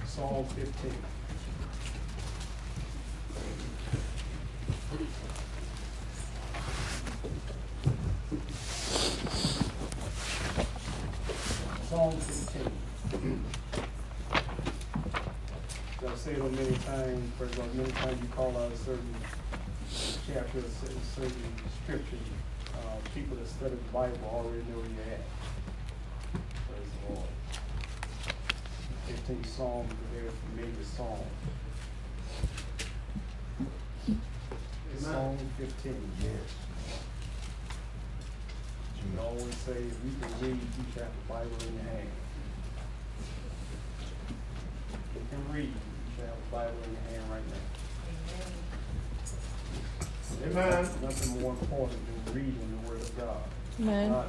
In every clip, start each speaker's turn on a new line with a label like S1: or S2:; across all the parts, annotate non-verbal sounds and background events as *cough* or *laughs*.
S1: That's all fifteen. That's all fifteen. I've said on many times, for as many times you call out certain chapters, certain certain scriptures, uh, people that study the Bible already know where you're at. Praise the Lord. Fifteenth Psalm is a very familiar psalm. It's Psalm fifteen, yes. You can always say, if you can read, you should have the Bible in your hand. If you can read, you should have the Bible in your hand right now. There's
S2: Amen.
S1: nothing- Nothing more important than reading the Word of God.
S3: Amen.
S1: Not-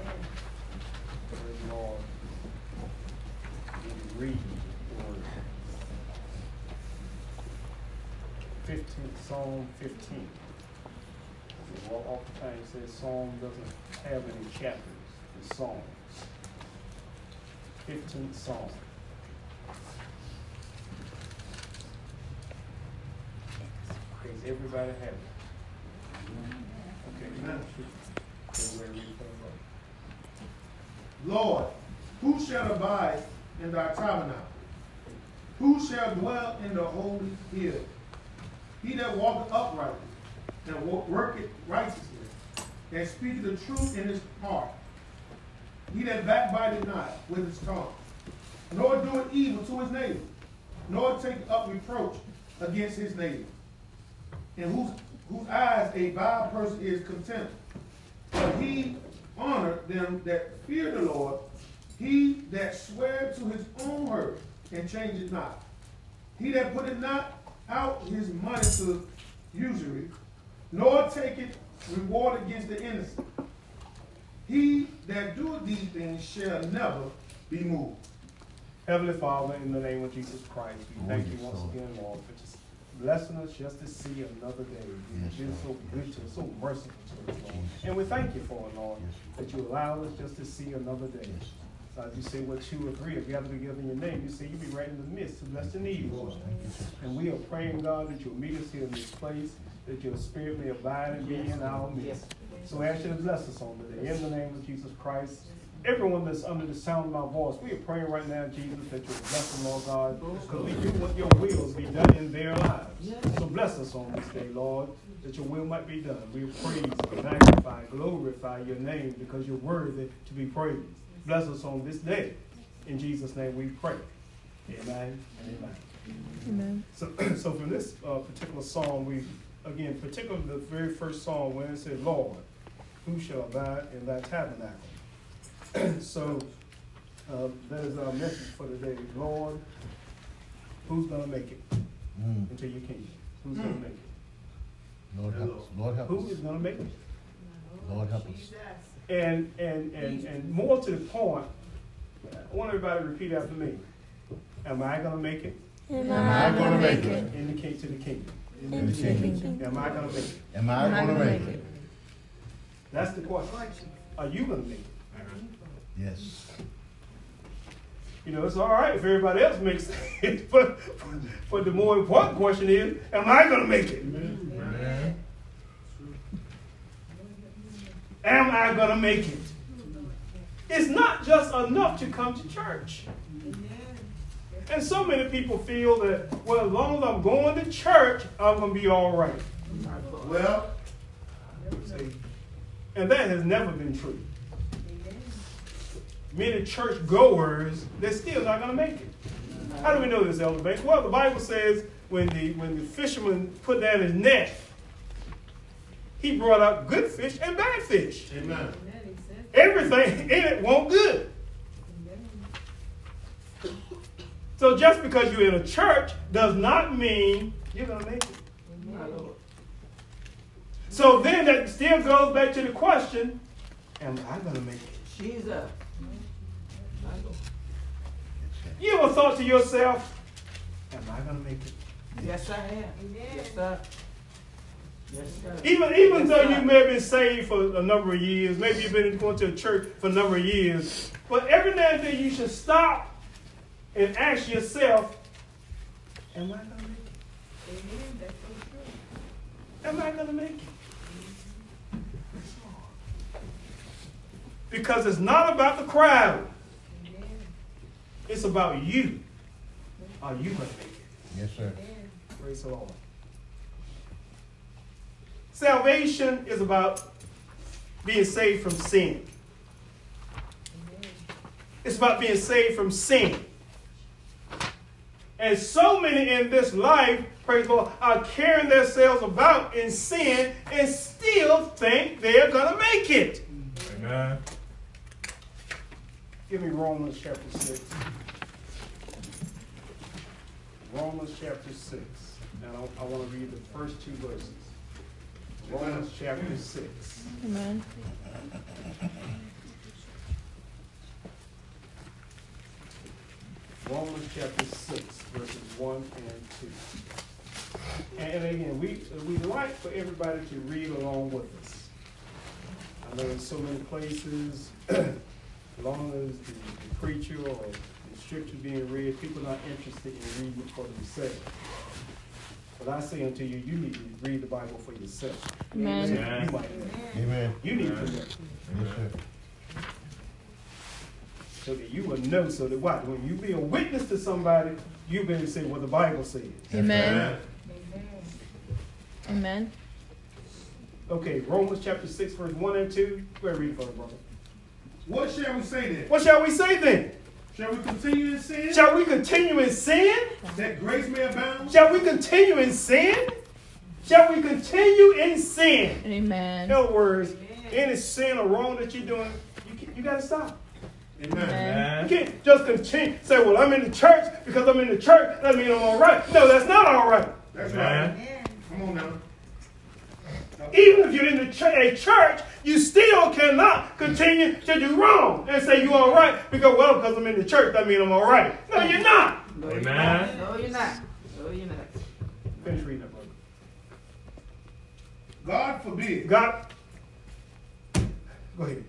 S1: Praise the Lord. You read the word. Fifteen, Psalm fifteen. See, well, Oftentimes it says Psalm doesn't have any chapters, it's Psalms. Fifteenth Psalm. Does everybody have it? Okay, now, shoot. Everybody read the word.
S2: Lord, who shall abide in thy tabernacle? Who shall dwell in the holy hill? He that walketh uprightly, and wo- worketh righteousness, and speaketh the truth in his heart. He that backbiteth not with his tongue, nor doeth evil to his neighbor, nor taketh up reproach against his neighbor, in whose, whose eyes a vile person is contempt. But he honored them that fear the Lord, he that sware to his own hurt and changeth not. He that putteth not out his money to usury, nor taketh reward against the innocent. He that doeth these things shall never be moved.
S1: Heavenly Father, in the name of Jesus Christ, we thank you
S4: yes,
S1: once
S4: Lord.
S1: again, Lord, for just blessing us just to see another day. You've
S4: Yes,
S1: been so
S4: Lord.
S1: good to us, so merciful to us, Lord. And we thank you for it, Lord,
S4: Yes, Lord.
S1: that you allowed us just to see another day.
S4: Yes.
S1: As you say, what two or three are gathered together in your name, you say you be right in the midst to bless the need, Lord. And we are praying, God, that you'll meet us here in this place, that your spirit may abide and be in our midst. So I ask you to bless us on today, in the name of Jesus Christ. Everyone that's under the sound of my voice, we are praying right now, Jesus, that you'll bless them, Lord God, because we do what your will be done in their lives. So bless us on this day, Lord, that your will might be done. We praise, magnify, glorify your name, because you're worthy to be praised. Bless us on this day. In Jesus' name we pray. Amen and amen.
S3: Amen.
S1: So, *clears throat* so from this uh, particular psalm, we again, particularly the very first psalm, when it said, "Lord, who shall abide in thy tabernacle?" *clears throat* so uh, that is our message for today. Lord, who's gonna make it
S4: Mm.
S1: into your kingdom? Who's gonna make it?
S4: Lord help us. Lord help
S1: Who is
S4: us.
S1: gonna make it?
S4: Lord help us.
S1: And and and and more to the point, I want everybody to repeat after me. Am I gonna make it?
S3: Am
S4: I gonna make it?
S1: Indicate to the kingdom.
S4: In the kingdom.
S1: Am I gonna make it?
S4: Am I going to make it?
S1: That's the question. Are you gonna make it?
S4: Yes.
S1: You know, it's all right if everybody else makes it, *laughs* but but the more important question is, am I going to make it? Am I going to make it? It's not just enough to come to church. And so many people feel that, well, as long as I'm going to church, I'm going to be all right.
S2: Well,
S1: And that has never been true. Many church goers, they're still not going to make it. How do we know this, Elder Banks? Well, the Bible says when the when the fisherman put down his net, he brought up good fish and bad fish.
S2: amen.
S1: Everything in it won't good. So just because you're in a church does not mean you're going to make it. So then that still goes back to the question, am I going to make it?
S5: Jesus.
S1: You ever thought to yourself, am I gonna make it?
S5: Yes, I am. Yes, sir. Yes, sir.
S1: Even even
S5: Yes,
S1: though
S5: sir.
S1: you may have been saved for a number of years, maybe you've been going to a church for a number of years, but every now and then you should stop and ask yourself, Am I gonna make it?
S5: Amen. That's so true.
S1: Am I gonna make it? Because it's not about the crowd.
S5: Amen.
S1: It's about you. Are you gonna make it?
S4: Yes, sir.
S5: Amen.
S1: Praise the Lord. Salvation is about being saved from sin. It's about being saved from sin. And so many in this life, praise the Lord, are carrying themselves about in sin and still think they're gonna make it.
S3: Amen.
S1: Give me Romans chapter 6. Romans chapter 6. And I, I want to read the first two verses. Romans chapter 6.
S6: Amen.
S1: Romans chapter 6, verses 1 and 2. And again, we, we'd like for everybody to read along with us. I know in so many places, *clears throat* as long as the the preacher or the scripture being read, people are not interested in reading it for themselves. But I say unto you, you need to read the Bible for yourself.
S6: Amen.
S1: You might know.
S5: Amen.
S4: Amen.
S1: You need to know.
S4: Yes, sir.
S1: So that you will know, so that what? When you be a witness to somebody, you better say what the Bible says.
S6: Amen.
S5: Amen.
S6: Amen.
S1: Okay, Romans chapter 6, verse 1 and 2. Go ahead, read it for us, brother.
S2: What shall we say then?
S1: What shall we say then?
S2: Shall we continue in sin
S1: Shall we continue in sin?
S2: that grace may abound?
S1: Shall we continue in sin? Shall we continue in sin? In
S6: Amen.
S1: other words, any sin or wrong that you're doing, you, can, you gotta stop.
S2: Amen.
S1: You
S3: Amen.
S1: can't just continue say, "Well, I'm in the church because I'm in the church. That means I'm all right." No, that's not all right.
S2: That's right.
S3: Amen.
S5: Amen.
S2: Come on now.
S1: Even if you're in the ch- a church, you still cannot continue to do wrong and say you're all right because well, because I'm in the church, that means I'm all right. No, you're not.
S3: Amen.
S5: No, you're not. No, you're not.
S1: Finish reading that, brother.
S2: God forbid.
S1: God, go ahead.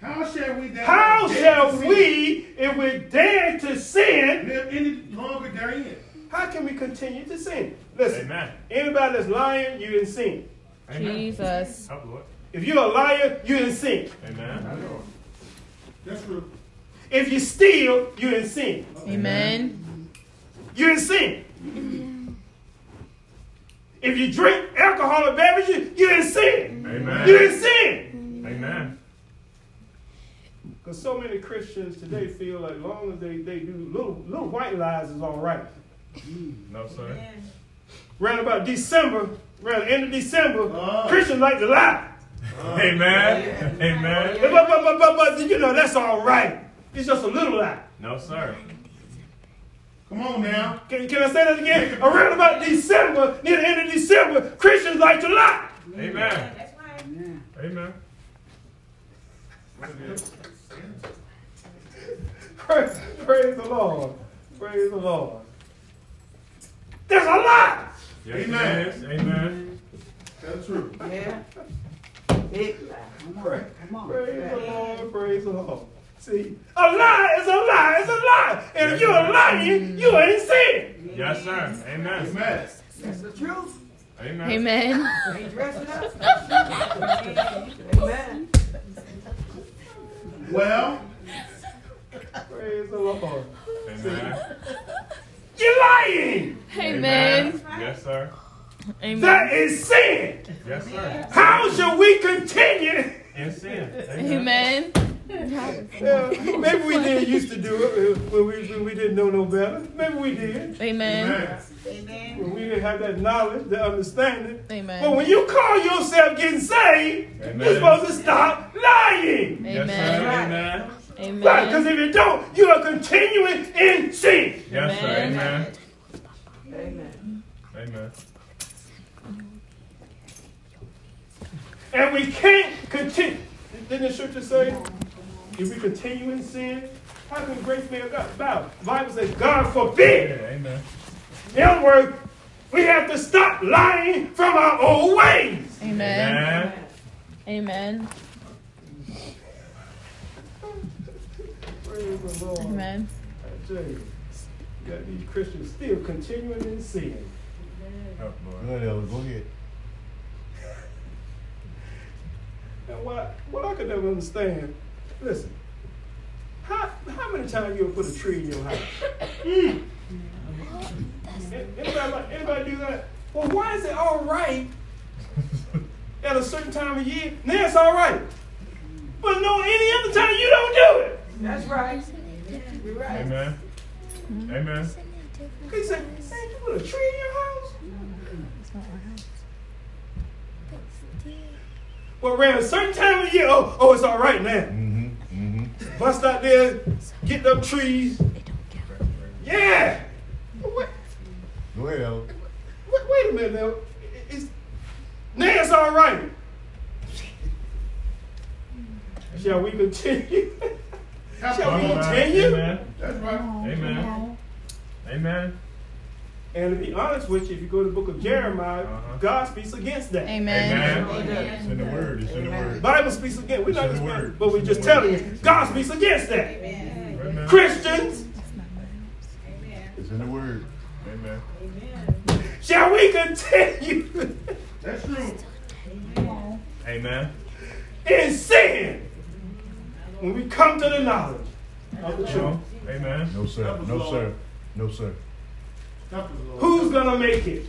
S2: How shall we then
S1: How
S2: dare
S1: shall
S2: to sin
S1: we, if we dare to sin,
S2: live any longer therein?
S1: how can we continue to sin? Listen,
S3: Amen.
S1: anybody that's lying, you in sin.
S3: Amen.
S6: Jesus.
S3: Help, Oh, Lord.
S1: If you're a liar, you in sin.
S3: Amen.
S2: That's true.
S1: If you steal, you in sin.
S6: Amen.
S1: you in sin. If you drink alcohol or beverages, you in sin. you in
S3: Amen.
S1: sin.
S3: Amen.
S1: Because so many Christians today feel like long as they, they do little little white lies is all right.
S3: No, sir.
S5: Amen.
S1: Around about December, around the end of December,
S2: Ah.
S1: Christians like to lie.
S3: Amen. Amen.
S1: But, but, but, but, but, you know, that's all right. It's just a little lie.
S3: No, sir.
S2: Come on now.
S1: Can, can I say that again? Around about December, near the end of December, Christians like to lie.
S3: Amen.
S5: That's right.
S3: Amen.
S1: Praise, praise the Lord. Praise the Lord. That's a lie.
S3: Yes,
S2: Amen.
S3: Amen. Amen.
S2: That's true.
S5: Yeah. Big lie.
S1: Praise the Lord. Praise the Lord. See, a lie is a lie is a lie. And if you're a lying, you ain't sin.
S3: Yes, sir. Amen.
S2: Amen.
S5: That's the truth.
S3: Amen.
S6: Amen.
S5: Ain't dressing up. Amen.
S2: Well,
S1: Praise the Lord.
S3: Amen.
S1: You're lying.
S6: Amen.
S3: Yes, sir.
S6: Amen.
S1: That is sin.
S3: Yes, sir.
S1: How shall we continue?
S3: In sin.
S6: Amen.
S1: Yeah, maybe we did used to do it uh, when we, when we didn't know no better. Maybe we did.
S6: Amen.
S2: amen.
S5: Amen.
S1: When we didn't have that knowledge, that understanding. But
S6: Amen.
S1: when you call yourself getting saved, you're
S3: Amen.
S1: supposed to stop lying.
S3: Yes, sir.
S6: Amen.
S3: Amen.
S1: Right? Because
S6: Amen.
S1: if you don't, you are continuing in sin.
S3: Yes, sir. Amen.
S5: Amen.
S3: Amen.
S1: And we can't continue. Didn't the scripture say, if we continue in sin, how can grace be about? The Bible says, God forbid.
S3: Amen.
S1: In other words, we have to stop lying from our old ways.
S6: Amen.
S3: Amen.
S6: Amen.
S1: Praise the Lord.
S6: Amen.
S1: I tell you, You got these Christians still continuing in sin.
S3: Help, Oh, Lord.
S4: Good, Elder. Go ahead.
S1: And what, what I could never understand, listen, how, how many times you ever put a tree in your house? Mm. Anybody, like- anybody do that? Well, why is it all right at a certain time of year? Now it's all right. But no, any other time you don't do it.
S5: That's right. You're right.
S3: Amen. Amen.
S1: He said, man, you put a tree in your house? Well, around a certain time of year, oh, oh, it's all right now.
S4: Mm-hmm. Mm-hmm.
S1: Bust out there, get them trees. Yeah. What?
S4: Go ahead, Elder.
S1: Wait, wait a minute now. It- It's, now it's all right. Shall we continue?
S2: That's
S1: Shall we
S2: right.
S1: continue?
S3: Amen.
S2: That's right.
S3: Amen. Amen.
S1: And to be honest with you, if you go to the book of Jeremiah,
S3: Uh-huh.
S1: God speaks against that.
S6: Amen.
S3: It's in the word. It's in the word.
S1: Bible speaks against. We're not
S3: It's in the
S1: just-
S3: Word.
S1: but we're
S3: It's
S1: just
S3: in the
S1: telling
S3: Word.
S1: you, God speaks against that.
S5: Amen.
S3: Amen.
S1: Christians,
S4: It's in the Word.
S3: Amen.
S1: shall we continue *laughs*
S2: That's true.
S3: Amen.
S1: in sin when we come to the knowledge of the truth?
S3: Come on. Amen.
S4: No, sir. No, sir. No, sir.
S2: Help us, Lord.
S1: Who's gonna make it?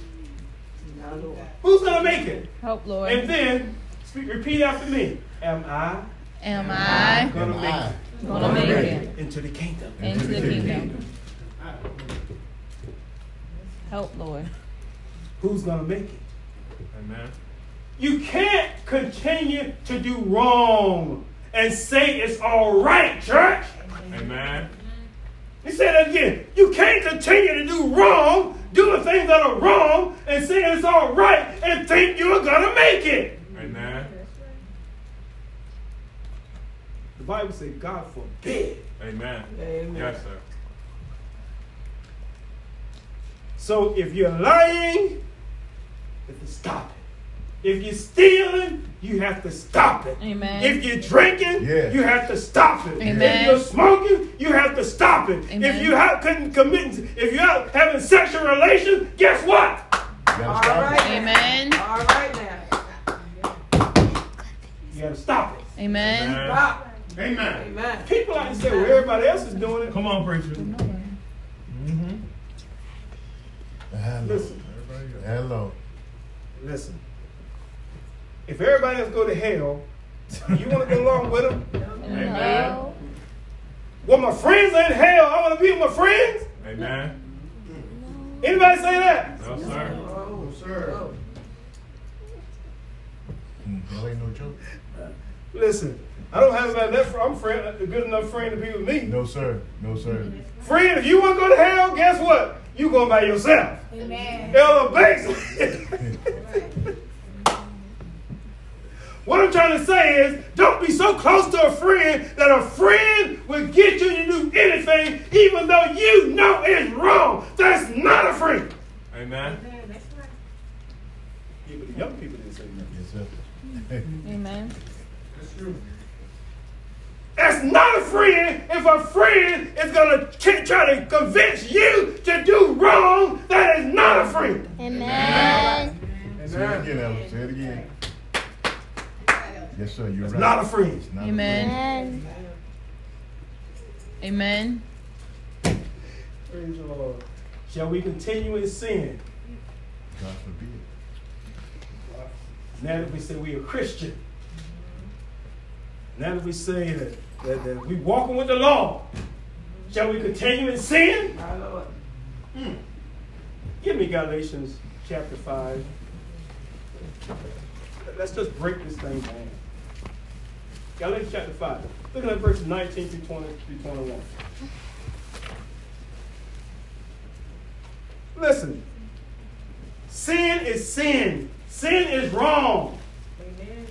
S1: Who's gonna make it?
S6: Help,
S1: And
S6: Lord.
S1: then speak, repeat after me. Am I
S6: Am I
S1: gonna
S4: Am
S1: make
S4: I
S6: gonna make it
S1: it into the kingdom?
S6: into the kingdom? Help, Lord.
S1: Who's gonna make it?
S3: Amen.
S1: You can't continue to do wrong and say it's all right, church.
S3: Amen.
S1: He said that again. You can't continue to do wrong, doing things that are wrong, and say it's all right and think you're gonna make it.
S3: Amen.
S1: The Bible says, God forbid.
S3: Amen.
S5: Amen.
S3: Yes, sir.
S1: So if you're lying, you have to stop it. If you're stealing, you have to stop it.
S6: Amen.
S1: If you're drinking,
S4: Yeah.
S1: you have to stop it. If
S6: Amen.
S1: you're smoking, you have to stop it. If
S6: Amen.
S1: you have, couldn't commit, if you're out having sexual relations, guess
S4: You
S1: what?
S4: gotta
S5: All
S4: stop it.
S5: right.
S6: Amen.
S5: All right now.
S1: You gotta stop it.
S6: Amen.
S3: Amen.
S5: Stop.
S2: Amen.
S5: Amen.
S1: People out there, well, everybody else is doing it.
S3: Come on, preacher. Mm-hmm.
S4: Hello.
S1: Listen,
S3: Everybody go.
S4: Hello.
S1: listen. If everybody else go to hell, you want to go along with them?
S3: Amen.
S1: Well, my friends in hell. I want to be with my friends.
S3: Amen.
S1: Anybody say that?
S3: No, sir.
S2: Oh, sir.
S4: Mm, That ain't no joke.
S1: Listen, I don't have about that. fr- I'm friend, a good enough friend to be with me.
S4: No, sir. No, sir.
S1: Friend, if you want to go to hell, guess what? You going by yourself.
S5: Amen.
S1: Elder Bates. what I'm trying to say is, don't be so close to a friend that a friend will get you to do anything, even though you know it's wrong. That's not a friend.
S3: Amen.
S1: Yeah, but the young people didn't say that.
S4: Yes, sir.
S6: Amen.
S2: That's true.
S1: That's not a friend if a friend is going to try to convince you to do wrong. That is not a friend.
S3: Amen.
S4: Say it again, Ellen. Say it again. Yes, sir. You're
S1: It's
S4: right.
S1: not a friend.
S4: It's not a
S6: Amen.
S7: Amen.
S6: Amen.
S1: Praise the Lord. Shall we continue in
S4: friend.
S1: sin?
S4: God forbid.
S1: Now that we say we are Christian, now that we say that, that, that we walking with the law, shall we continue in sin?
S5: My Lord.
S1: Give me Galatians chapter 5. Let's just break this thing down. Galatians chapter 5. Look at verses 19 through 20 through 21. Listen. Sin is sin. Sin is wrong.
S5: Amen.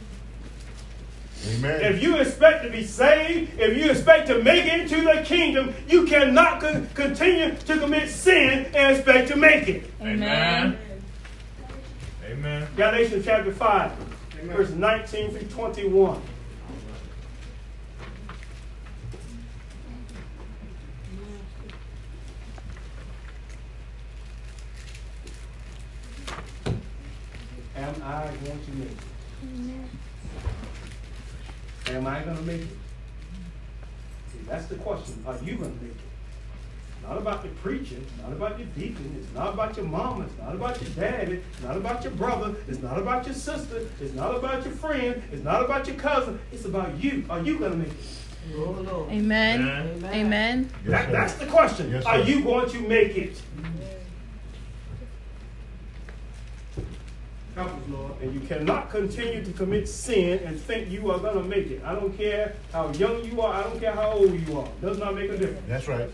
S4: Amen.
S1: If you expect to be saved, if you expect to make it into the kingdom, you cannot con- continue to commit sin and expect to make it.
S3: Amen. Amen.
S1: Galatians chapter 5, verse 19 through 21. I want you to make it. Am I gonna make it? See, that's the question. Are you gonna make it? Not about the preacher, not about your deacon, it's not about your mama, it's not about your daddy, it's not about your brother, it's not about your sister, it's not about your friend, it's not about your cousin, it's about you. Are you gonna make it?
S6: Amen.
S3: Amen.
S6: Amen.
S1: That, that's the question.
S4: Yes,
S1: Are
S4: sir.
S1: you going to make it?
S2: Help us, Lord.
S1: And you cannot continue to commit sin and think you are going to make it. I don't care how young you are. I don't care how old you are. Does not make a difference.
S4: That's right.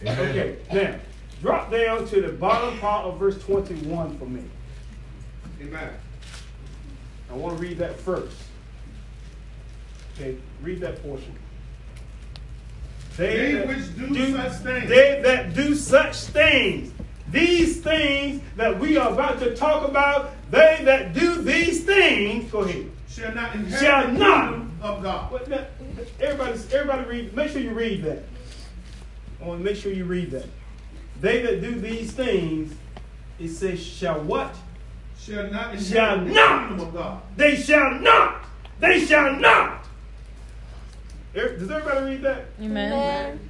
S4: Amen.
S1: Okay, now, drop down to the bottom part of verse 21 for me.
S2: Amen.
S1: I want to read that first. Okay, read that portion.
S2: They which do such things.
S1: They that do such things. These things that we are about to talk about, they that do these things, go ahead.
S2: Shall not inherit
S1: Shall
S2: the
S1: not.
S2: kingdom of God.
S1: But now, everybody, everybody read. Make sure you read that. I want to make sure you read that. They that do these things, it says, shall what?
S2: Shall not inherit
S1: Shall
S2: the
S1: not.
S2: kingdom of God.
S1: They shall not. They shall not. Er- Does everybody read that?
S6: Amen.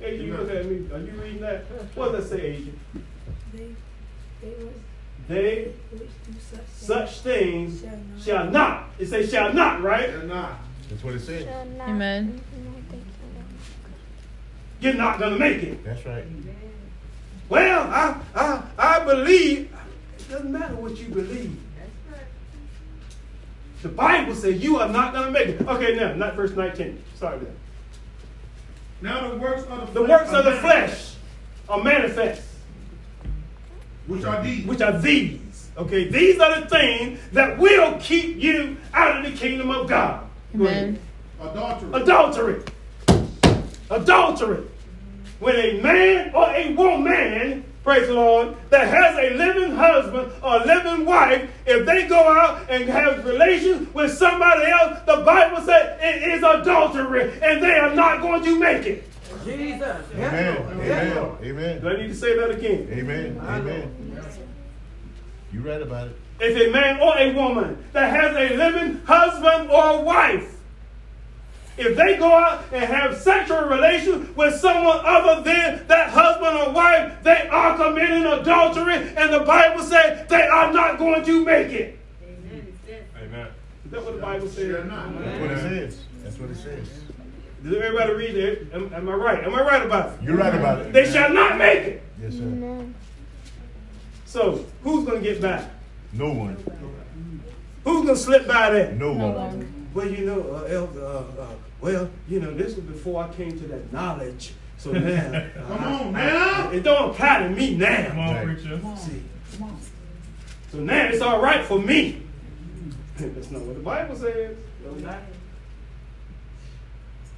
S1: Adrian, you look at me. Are you reading that? What does that say, Adrian?
S7: They, they was
S1: They
S7: which do such
S1: such
S7: things
S1: things
S7: shall not.
S1: shall not. It says shall not, right?
S2: Shall not.
S4: That's what it said.
S6: Amen.
S1: You're not gonna make it.
S4: That's right.
S1: Well, I I I believe. It doesn't matter what you believe. The Bible says you are not gonna make it. Okay, now not verse 19. Sorry, then.
S2: Now the works of the flesh.
S1: The works
S2: are
S1: of the
S2: manifest,
S1: flesh are manifest,
S2: Which are these.
S1: which are these. Okay, these are the things that will keep you out of the kingdom of God. Go ahead.
S6: Amen.
S2: Adultery.
S1: adultery. Adultery. When a man or a woman, praise the Lord, that has a living husband or living wife, if they go out and have relations with somebody else, the Bible says it is adultery and they are not going to make it.
S5: Jesus.
S4: Amen. Amen.
S1: Do
S4: Amen.
S1: I need to say that again?
S4: Amen. Amen. You right about it.
S1: If a man or a woman that has a living husband or wife, if they go out and have sexual relations with someone other than that husband or wife, they are committing adultery, and the Bible says they are not going to make it.
S3: Amen.
S1: Is that what the Bible
S2: Shall
S1: says?
S2: not.
S4: That's what it says. That's what it says.
S1: Did everybody read that? Am, am I right? Am I right about it?
S4: You're right about it.
S1: They shall not make it.
S4: Yes, sir.
S1: So who's going to get by?
S4: No one.
S1: Who's going to slip by that?
S4: No
S6: No
S4: one.
S6: longer.
S1: Well, you know, uh, elder, uh, uh, well, you know, this was before I came to that knowledge. So now,
S2: *laughs* Come
S1: uh,
S2: on now.
S1: it don't apply to me
S3: Come
S1: now.
S3: on, preacher.
S1: See, so now it's all right for me. *laughs* That's not what the Bible says.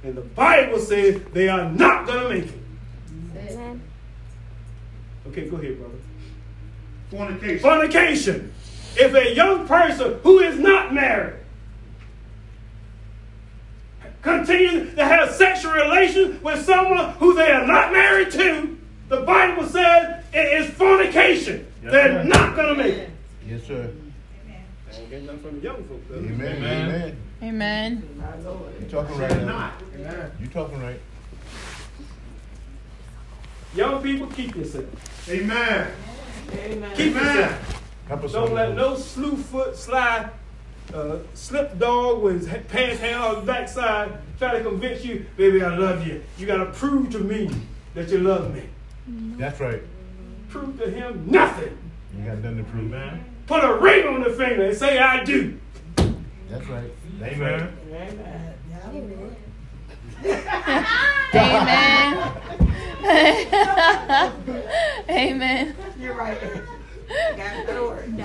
S1: And the Bible says they are not gonna make it. Okay, go ahead, brother.
S2: Fornication.
S1: Fornication. If a young person who is not married continues to have sexual relations with someone who they are not married to, the Bible says it is fornication.
S3: Yes,
S1: They're
S3: sir.
S1: not going to make it.
S4: Yes, sir.
S1: Ain't nothing from the young folks. though.
S4: Amen.
S3: Amen.
S4: Amen.
S6: Amen.
S4: You talking right
S2: Shall
S4: now.
S2: not.
S4: You talking right.
S1: Young people, keep yourself.
S2: Amen.
S1: Keep
S2: Amen.
S1: yourself.
S4: Help us
S1: Don't
S4: on
S1: let
S4: this.
S1: no slew foot slide, uh, slip dog with his pants hanging on his backside try to convince you, baby, I love you. You got to prove to me that you love me.
S4: That's right.
S1: prove to him nothing.
S4: You got nothing to prove.
S3: Amen.
S1: Put a ring on the finger and say, I do.
S4: That's right. That's right.
S3: Amen.
S6: Amen. Amen.
S5: You're right. Got the word.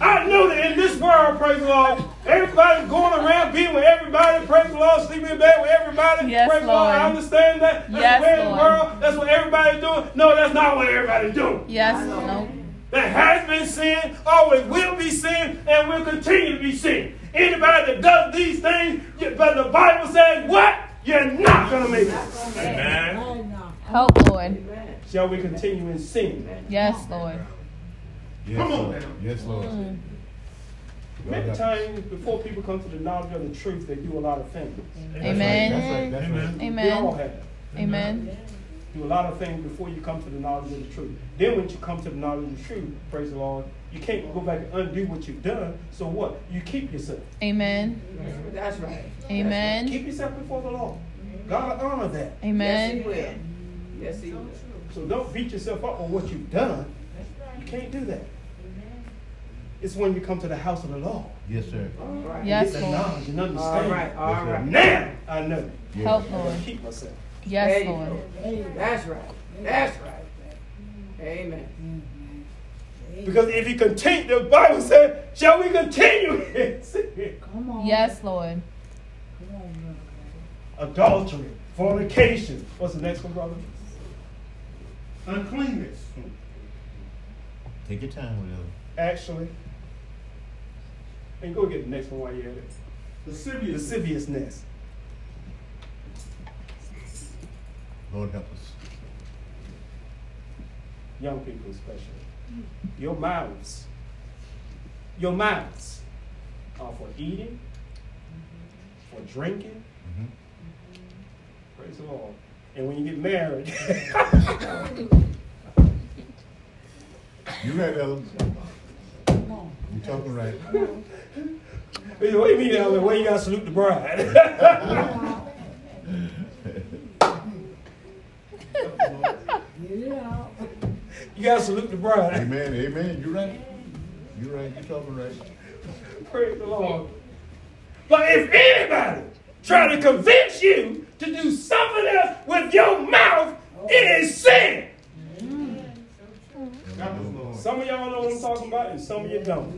S1: I know that in this world, praise the Lord, everybody's going around being with everybody, praise the Lord, sleeping in bed with everybody,
S6: Yes,
S1: praise the Lord. I
S6: Lord.
S1: understand that. That's
S6: Yes,
S1: the way of the
S6: Lord.
S1: world, that's what everybody's doing. No, that's not what everybody's doing.
S6: Yes. No.
S1: That has been sin, always will be sin, and will continue to be sin. Anybody that does these things, you- but the Bible says, what? You're not going to make it.
S3: Amen.
S6: Help, Lord.
S1: Shall we continue in sin?
S6: Yes, Lord.
S4: Yes,
S2: Come on
S4: Lord.
S2: now.
S4: Yes, Lord.
S6: Mm.
S1: Many times before people come to the knowledge of the truth, they do a lot of things.
S6: Amen.
S4: That's right. That's right. That's right.
S1: We all
S6: Amen.
S1: have.
S6: Amen.
S1: Do a lot of things before you come to the knowledge of the truth. Then when you come to the knowledge of the truth, praise the Lord, you can't go back and undo what you've done. So what? You keep yourself.
S6: Amen.
S5: That's right.
S6: Amen.
S1: Keep yourself before the Lord. God will honor that.
S5: Yes, he
S6: Amen.
S5: will. Yes, he will.
S1: So don't beat yourself up on what you've done. You can't do that. It's when you come to the house of the Lord.
S4: Yes, sir.
S5: All right.
S1: Get
S6: Yes,
S1: the
S6: Lord.
S1: knowledge and
S5: All
S1: understanding.
S5: right, all right.
S1: Now I know.
S4: Yes.
S6: Help,
S1: I
S6: Lord.
S1: gotta keep myself.
S5: There
S6: Yes,
S5: you
S6: Lord.
S5: go. That's right. That's right. Amen.
S1: Because if you continue, the Bible said, shall we continue *laughs* in sin?
S6: Yes, Lord.
S1: Adultery, fornication. What's the next one, brother?
S2: Uncleanness.
S4: Take your time with it.
S1: Actually. And go get the next one while you're at it.
S2: Lasciviousness.
S1: Lasciviousness.
S4: Lord help us.
S1: young people especially, your mouths, your mouths are for eating, for drinking.
S4: Mhm.
S1: Praise the Lord. And when you get married, *laughs*
S4: You right, Ellen. You talking right.
S2: *laughs*
S4: *laughs*
S1: what do you mean, Ellen? Why you gotta salute the bride? *laughs* you gotta salute the bride.
S4: amen. Amen. You right. You right. You talking right.
S1: Praise the Lord. But if anybody try to convince you to do something else with your mouth, it is sin.
S2: That was Lord.
S1: Some of y'all know what I'm talking about, and some of you don't.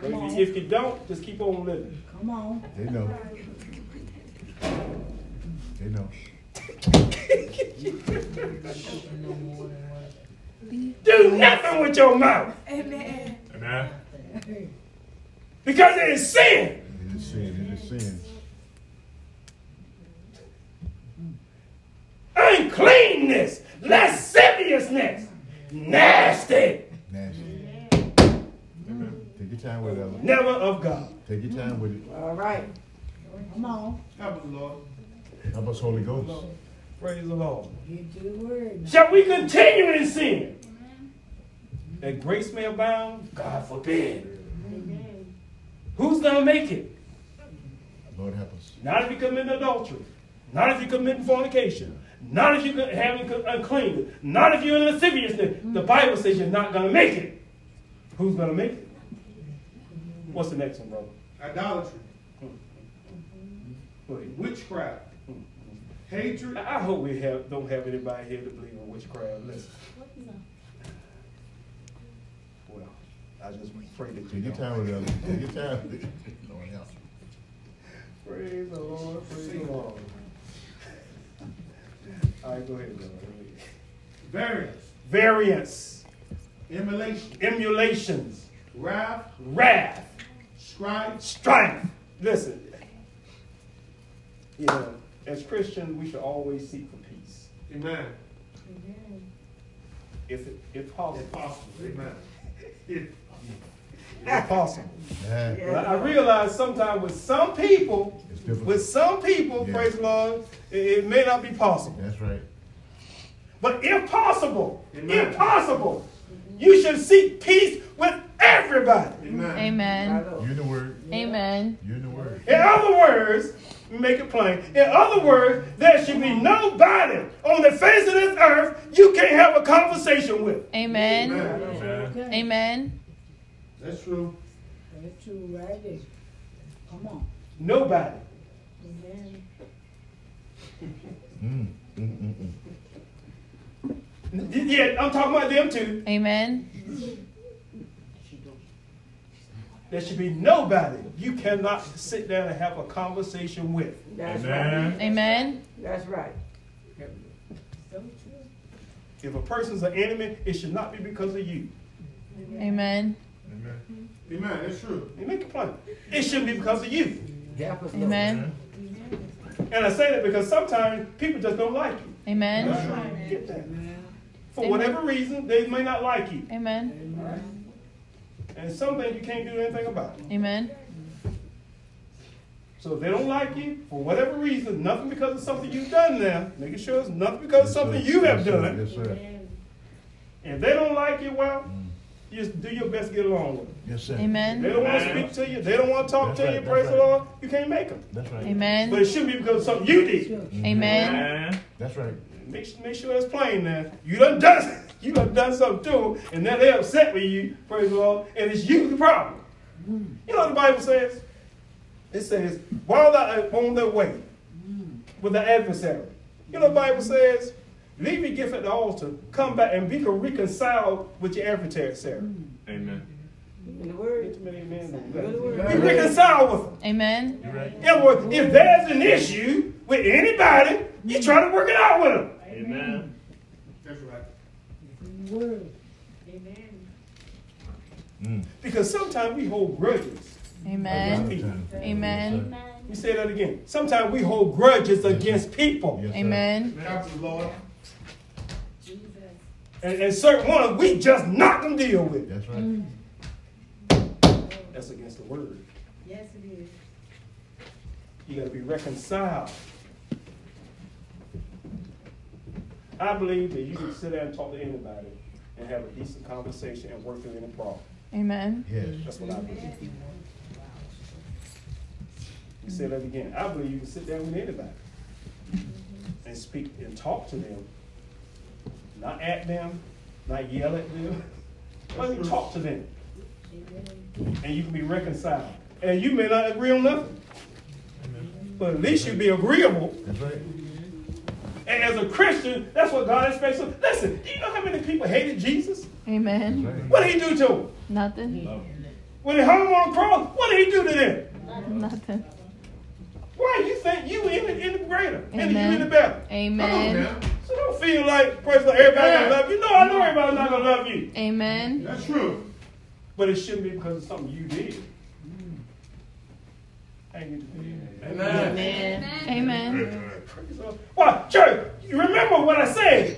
S1: But if you, if you don't, just keep on living.
S4: They know. They know.
S1: Do nothing with your mouth
S7: Amen.
S3: Amen.
S1: because it is sin.
S4: It is sin. It is sin.
S1: Uncleanness, lasciviousness, nasty,
S4: Nasty. Take your time with it, Ellen.
S1: never of God.
S4: Take your time with it.
S5: All right.
S2: That was Lord.
S4: Help us, Holy Ghost.
S1: Praise the Lord. Shall we continue in sin? That grace may abound? God forbid. Who's gonna make it?
S4: Lord help us.
S1: Not if you commit adultery. Not if you commit fornication. Not if you co- have inc- uncleanness. Not if you're in lasciviousness. The Bible says you're not going to make it. Who's going to make it? What's the next one, brother?
S2: Idolatry.
S1: Go ahead.
S2: Witchcraft. Hatred.
S1: I I hope we have, don't have anybody here to believe in witchcraft. Listen. Well, I just pray that you
S4: Take your
S1: don't.
S4: time with it, Ellen. Take your time with it. Lord help us.
S1: Praise the Lord, praise the Lord. All right, go ahead, brother.
S2: Variance.
S1: Variance,
S2: Emulation.
S1: emulations,
S2: Wrath.
S1: wrath,
S2: Strife.
S1: strife. Listen, you know, as Christians, we should always seek for peace,
S2: Amen.
S1: if it, if possible.
S2: If possible. Amen.
S1: If possible.
S4: Yeah.
S1: But I realize sometimes with some people,
S4: It's difficult.
S1: with some people,
S4: Yeah.
S1: praise the Lord, it, it may not be possible.
S4: That's right.
S1: But if possible,
S2: Amen.
S1: if possible, you should seek peace with everybody.
S2: Amen.
S6: Amen.
S5: Hello.
S4: You're the word.
S6: Amen.
S4: You're the word.
S1: In other words, make it plain. In other words, there should be nobody on the face of this earth you can't have a conversation with.
S6: Amen.
S3: Amen.
S6: Amen.
S2: That's true.
S1: Nobody.
S4: Mm. Mm, mm, mm.
S1: N- Yeah, I'm talking about them too.
S6: Amen.
S1: There should be nobody you cannot sit down and have a conversation with.
S5: That's right.
S3: Amen.
S6: Amen.
S5: That's right.
S1: If a person's an enemy, it should not be because of you.
S6: Amen.
S3: Amen.
S2: Amen. That's true.
S1: You make it plain. It shouldn't be because of you.
S5: Help us, Lord.
S6: Amen.
S1: And I say that because sometimes people just don't like you.
S6: Amen.
S1: Get that. For whatever reason, they may not like you.
S6: Amen.
S1: And some things you can't do anything about.
S6: Amen.
S1: So if they don't like you, for whatever reason, nothing because of something you've done now, making sure it's nothing because
S4: Yes,
S1: of something
S4: sir.
S1: you have
S4: Yes, sir.
S1: done.
S4: Yes, sir.
S1: If they don't like you, well,
S4: Mm.
S1: just do your best to get along with them.
S4: Yes, sir.
S1: They
S6: Amen.
S1: don't want to speak to you. They don't want to talk
S4: That's
S1: to
S4: right,
S1: you.
S4: that's
S1: Praise the
S4: right.
S1: Lord. You can't make them.
S4: That's right.
S1: But it
S6: Amen.
S1: shouldn't be because of something you did.
S4: Mhm.
S6: Amen.
S4: That's right.
S1: Make, make sure that's plain now. You done done *laughs* you done done something to 'em, and now they're upset with you, praise the Lord, and it's you the problem. You know what the Bible says? It says, while thou art on the way with the adversary. You know the Bible says, leave your gift at the altar, come back and be reconciled with your adversary.
S3: Amen.
S5: the word.
S1: Get many men on
S5: Good
S1: that.
S5: word.
S1: Be reconciled with them.
S6: Amen.
S4: You're right.
S1: In other words, if there's an issue with anybody, you try to work it out with them.
S3: Amen.
S2: That's right.
S5: Amen.
S4: Mm.
S1: Because sometimes we hold grudges.
S6: Amen.
S4: Yes, sir.
S6: Amen.
S1: We say that again. Sometimes we hold grudges against people.
S4: Yes, sir.
S6: Amen.
S2: Captain Lord.
S5: Jesus.
S1: And, and certain ones we just not gonna deal with.
S4: That's right.
S1: That's against the word.
S5: Yes, it is.
S1: You gotta be reconciled. I believe that you can sit down and talk to anybody and have a decent conversation and work through any problem.
S6: Amen.
S4: Yes.
S1: That's what I believe. You say that again. I believe you can sit down with anybody and speak and talk to them, not at them, not yell at them. But you talk to them,
S5: Amen.
S1: and you can be reconciled. And you may not agree on nothing, but at least you be agreeable.
S4: That's right.
S1: And as a Christian, that's what God expects. Of. Listen, do you know how many people hated Jesus?
S4: That's
S6: Amen.
S4: right.
S1: What did He do to them?
S6: Nothing.
S1: When they hung him on the cross, what did He do to them?
S6: Nothing.
S1: Why you think you in the, in the greater and you
S6: Amen.
S1: in the better?
S6: Amen.
S1: So don't feel like praise the Lord, everybody gonna love you. No, I know everybody's not gonna love you,
S6: Amen.
S2: That's true.
S1: but it shouldn't be because of something you did. Mm. Thank you. Amen.
S6: Amen.
S1: Praise the Lord. Why, church? You remember what I said?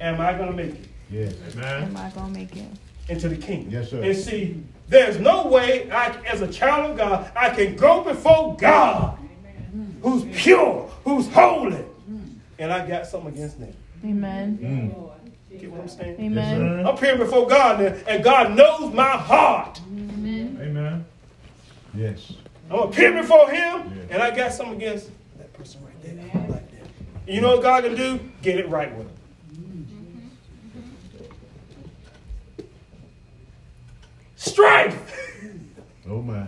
S1: Am I gonna make it
S4: Yes.
S6: Am I gonna make it?
S1: into the kingdom?
S4: Yes, sir.
S1: And see, there's no way I, as a child of God, I can go before God, who's pure, who's holy, and I got something against them.
S6: Amen.
S4: Mm.
S5: Lord.
S1: Get what I'm saying?
S4: Yes,
S6: Amen.
S4: sir.
S1: I'm appearing before God now, and God knows my heart.
S6: Amen.
S3: Amen.
S4: Yes.
S1: I'm appearing before Him,
S4: Yeah.
S1: and I got something against that person right there. I don't like that. You know what God can do? Get it right with Him. *laughs* Strife!
S4: Oh my.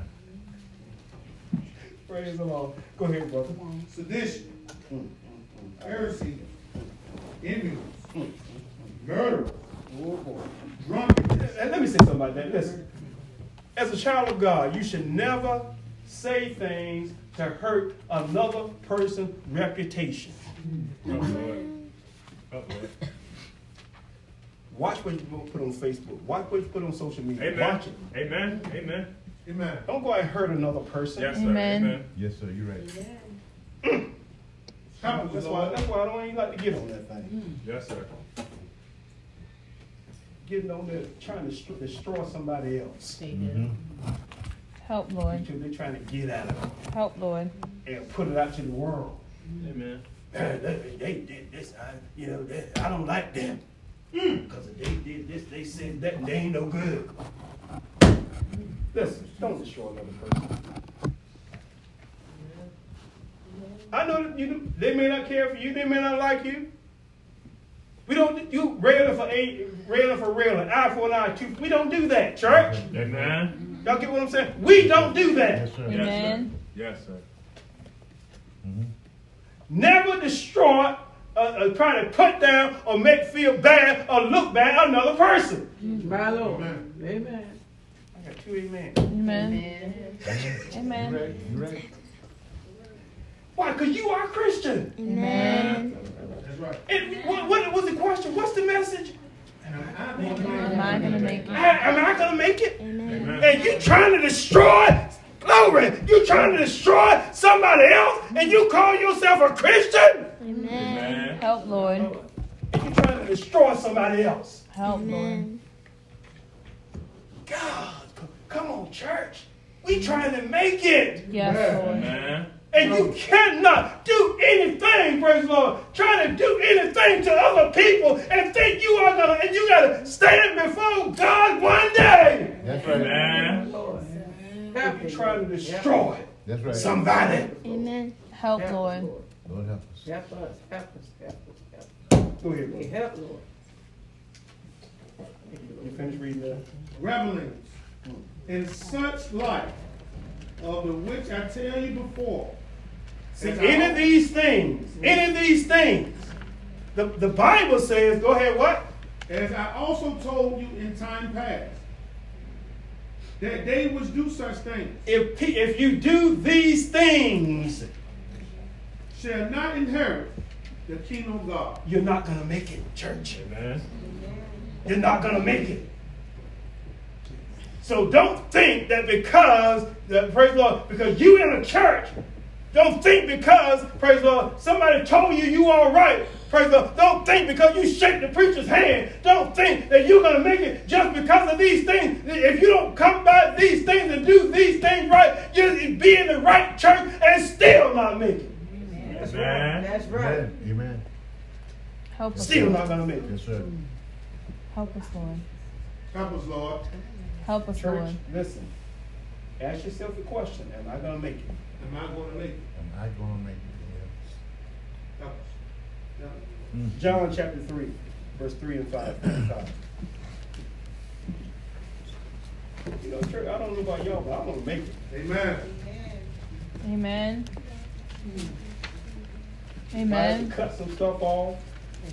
S1: Praise the Lord. Go ahead, brother.
S2: Sedition. Heresy. Ignorance. Murder. Drunkenness.
S1: And let me say something about that. Listen, as a child of God, you should never say things to hurt another person's reputation. Watch what you put on Facebook. Watch what you put on social media.
S3: Amen.
S1: Watch it.
S3: Amen. Amen.
S2: Amen.
S1: Don't go and hurt another person.
S3: Yes, sir.
S6: Amen.
S3: Amen.
S4: Yes, sir. You're right.
S5: Amen.
S2: Help us,
S1: That's why,
S2: Lord.
S1: that's why I don't even like to get on that thing.
S3: Yes, sir.
S1: Getting on there trying to stro- destroy somebody else
S4: Mm-hmm.
S6: Help, Lord.
S1: because they're trying to get out of
S6: Help, Lord.
S1: it and put it out to the world. *clears throat*
S3: Amen.
S1: "Man, They, they did this, I, you know, they, I don't like them. Because if they did this, they said that, and they ain't no good. Listen, don't destroy another person. I know that you, they may not care for you, they may not like you. We don't, you railing for a, railing for railing, eye for an eye, tooth. We don't do that, church.
S3: Amen.
S1: Y'all get what I'm saying? We don't do that.
S4: Mm-hmm. Yes, sir.
S3: Yes, sir.
S6: Amen.
S3: Yes, sir.
S4: Mm-hmm.
S1: Never destroy, uh, uh, try to put down or make feel bad or look bad another person.
S5: My Lord.
S2: Amen.
S5: Amen.
S1: I got two amen.
S6: Amen.
S5: Amen.
S6: Amen.
S4: You're right.
S1: Why? Because you are a Christian.
S6: Amen.
S2: That's right.
S1: And what, what was the question? What's the message?
S2: And I think
S6: Am I gonna make
S1: I,
S6: it?
S1: am I going to make it?
S3: Amen.
S1: And you trying to destroy, glory, you trying to destroy somebody else and you call yourself a Christian?
S3: Amen.
S6: Help, Lord.
S1: And you trying to destroy somebody else.
S6: Help, Lord.
S1: God, c- come on, church. We trying to make it.
S6: Yes, Lord.
S3: Amen.
S1: And you cannot do anything, praise the Lord, trying to do anything to other people and think you are gonna and you gotta stand before God one day.
S4: That's right.
S3: Amen.
S1: If you trying to destroy
S4: That's right.
S1: somebody.
S6: Amen. Help, Lord.
S4: Lord help us.
S5: Help us, help us, help us, help us.
S1: Go ahead,
S5: We
S1: Lord.
S5: help, Lord.
S1: You finish reading that?
S2: revelings in such light of the which I tell you before.
S1: See,
S2: as I
S1: any of
S2: hope-
S1: these things, any of these things, the, the Bible says, go ahead, what?
S2: As I also told you in time past, that they which do such things
S1: If, pe- if you do these things,
S2: shall not inherit the kingdom of God.
S1: you're not going to make it, church.
S3: Amen.
S1: You're not going to make it. So don't think that because, that, praise the Lord, because you in a church, don't think because, praise the Lord, somebody told you you all right. Praise the Lord. Don't think because you shake the preacher's hand. Don't think that you're going to make it just because of these things. If you don't come by these things and do these things right, you'll be in the right church and still not make it.
S3: Amen.
S5: That's right.
S4: Amen. Amen.
S6: Help us.
S1: Still
S6: Lord.
S1: not going to make it.
S4: Yes, sir.
S6: Help us, Lord.
S2: Help us, Lord.
S6: Help us,
S1: Church,
S6: Lord.
S1: listen. Ask yourself the question: Am I gonna make it?
S2: Am I going to make it?
S4: Am I gonna make it?
S2: Help us. Help us.
S4: Lord? Mm.
S1: John chapter three, verse three and five. five. You know, church. I don't know about y'all, but I'm gonna make it.
S2: Amen.
S6: Amen.
S1: I have
S6: Amen.
S1: to cut some stuff off,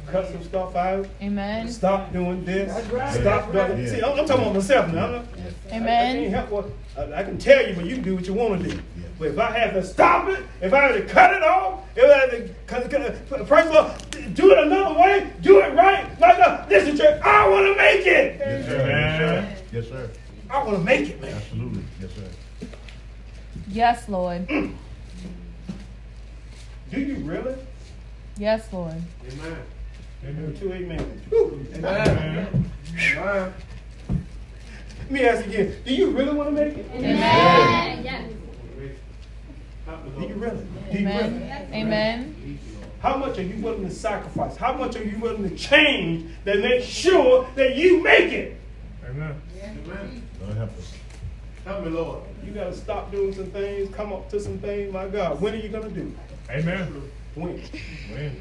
S1: cut some stuff out,
S6: Amen.
S1: stop doing this,
S5: That's right.
S1: stop
S5: That's
S1: doing.
S4: right.
S1: See, I'm, I'm talking about myself now. I'm not-
S4: Yeah.
S1: I can't
S6: Amen.
S1: help what I, I can tell you, but you can do what you want to do.
S4: Yeah.
S1: But if I had to stop it, if I had to cut it off, if I had to cut, cut, uh, first of all, do it another way, do it right. Like, uh, listen, church, I want to make it.
S4: Yes, sir.
S3: Amen.
S4: Yes, sir.
S1: I want to make it, man.
S4: Absolutely. Yes, sir.
S6: Yes, Lord.
S1: Do you really?
S6: Yes, Lord.
S2: Amen.
S1: Amen. Two amen. Whew.
S3: Amen.
S1: Wow. Let me ask you again. Do you really want to make it?
S3: Amen.
S2: Help us,
S1: Do you
S2: Lord.
S1: really? Do you really?
S6: Amen. Amen.
S2: Thank you, Lord.
S1: How much are you willing to sacrifice? How much are you willing to change to make sure that you make it?
S3: Amen.
S2: Amen.
S4: Lord help us.
S2: Help me, Lord.
S1: You gotta stop doing some things, come up to some things. My God, when are you gonna do? it?
S3: Amen.
S1: When?
S3: Win. Win.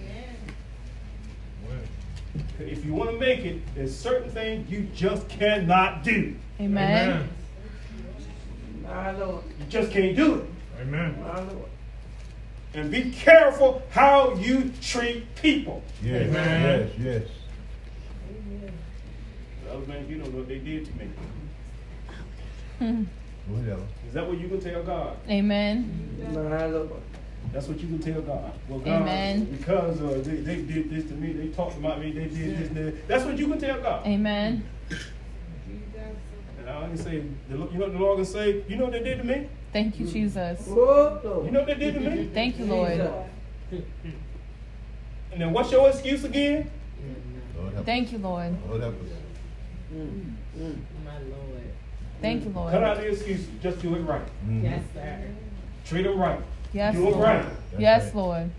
S1: If you wanna make it, there's certain things you just cannot do.
S6: Amen.
S5: My Lord,
S1: You just can't do it.
S3: Amen.
S5: my Lord.
S1: And be careful how you treat people.
S4: Yes.
S3: Amen.
S4: Yes. Yes.
S1: The other man, you don't know what they did to me.
S4: Lord help us.
S1: Is that what you can tell God?
S6: Amen.
S5: My Lord.
S1: That's what you can tell God. Well, God,
S6: Amen.
S1: because uh, they, they did this to me, they talked about me, they did this, and that. That's what you can tell God.
S6: Amen.
S1: And I can say, the Lord- you know what the Lord can say? You know what they did to me?
S6: Thank you, Jesus.
S5: Oh,
S1: You
S5: Lord.
S1: know what they did to me?
S6: Thank you, Lord.
S1: And then what's your excuse again?
S4: Lord help us.
S6: Thank you, Lord.
S4: Lord help us.
S5: My Lord.
S6: Thank you,
S1: Cut out
S6: Lord.
S1: the excuses. Just do it right.
S4: Mm.
S5: sir.
S1: Treat them right.
S6: Yes,
S1: do it
S6: Lord.
S1: right.
S4: That's
S6: Yes,
S4: right.
S6: Lord.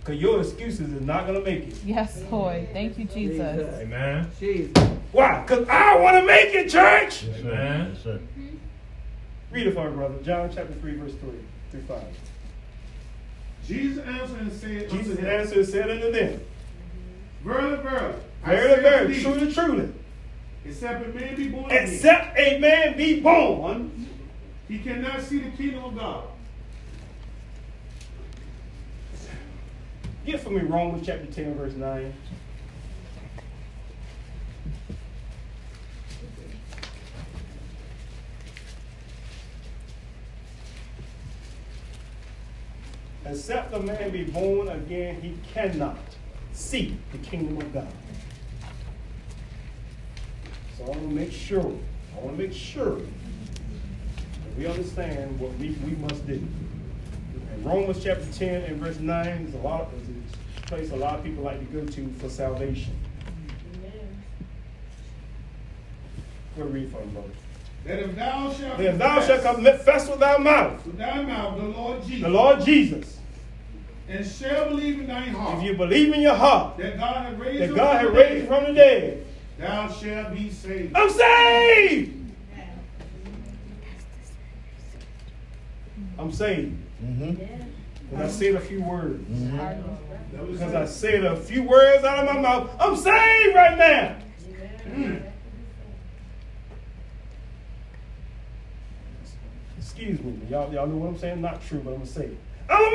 S1: Because your excuses is not going to make it.
S6: Yes, Lord. Thank you, Jesus.
S3: Amen.
S5: Jesus.
S1: Why? Because I want to make it, church.
S4: Yes, sir.
S3: Amen.
S4: Yes, sir.
S1: Read it for me, brother. John chapter 3, verse 3 through 5.
S2: Jesus answered and said
S1: Jesus
S2: unto him,
S1: answered and said unto them,
S2: Verily, verily, I say
S1: Verily,
S2: to
S1: verily,
S2: thee,
S1: truly, truly,
S2: except a man be born again,
S1: except a man be born,
S2: he cannot see the kingdom of God.
S1: get for me Romans chapter 10, verse 9. Except a man be born again, he cannot see the kingdom of God. So I want to make sure, I want to make sure that we understand what we, we must do. And Romans chapter 10 and verse 9 is a lot of is a place a lot of people like to go to for salvation. We'll read from the Lord.
S2: That if thou shalt
S1: Then thou shalt
S2: confess
S1: confess with thy mouth
S2: with thy mouth the Lord Jesus,
S1: the Lord Jesus.
S2: and shall believe in thine heart
S1: If you believe in your heart
S2: that God hath raised
S1: that
S2: him
S1: God had
S2: from the
S1: raised
S2: dead,
S1: from the dead, Ah.
S2: thou shalt be saved.
S1: I'm saved. I'm saved.
S4: Mm-hmm.
S1: Because I said a few words.
S2: That was
S1: Because
S2: it.
S1: I said a few words out of my mouth. I'm saved right now. Hmm. Excuse me. Y'all, y'all know what I'm saying? Not true, but I'm going to say it. I'm a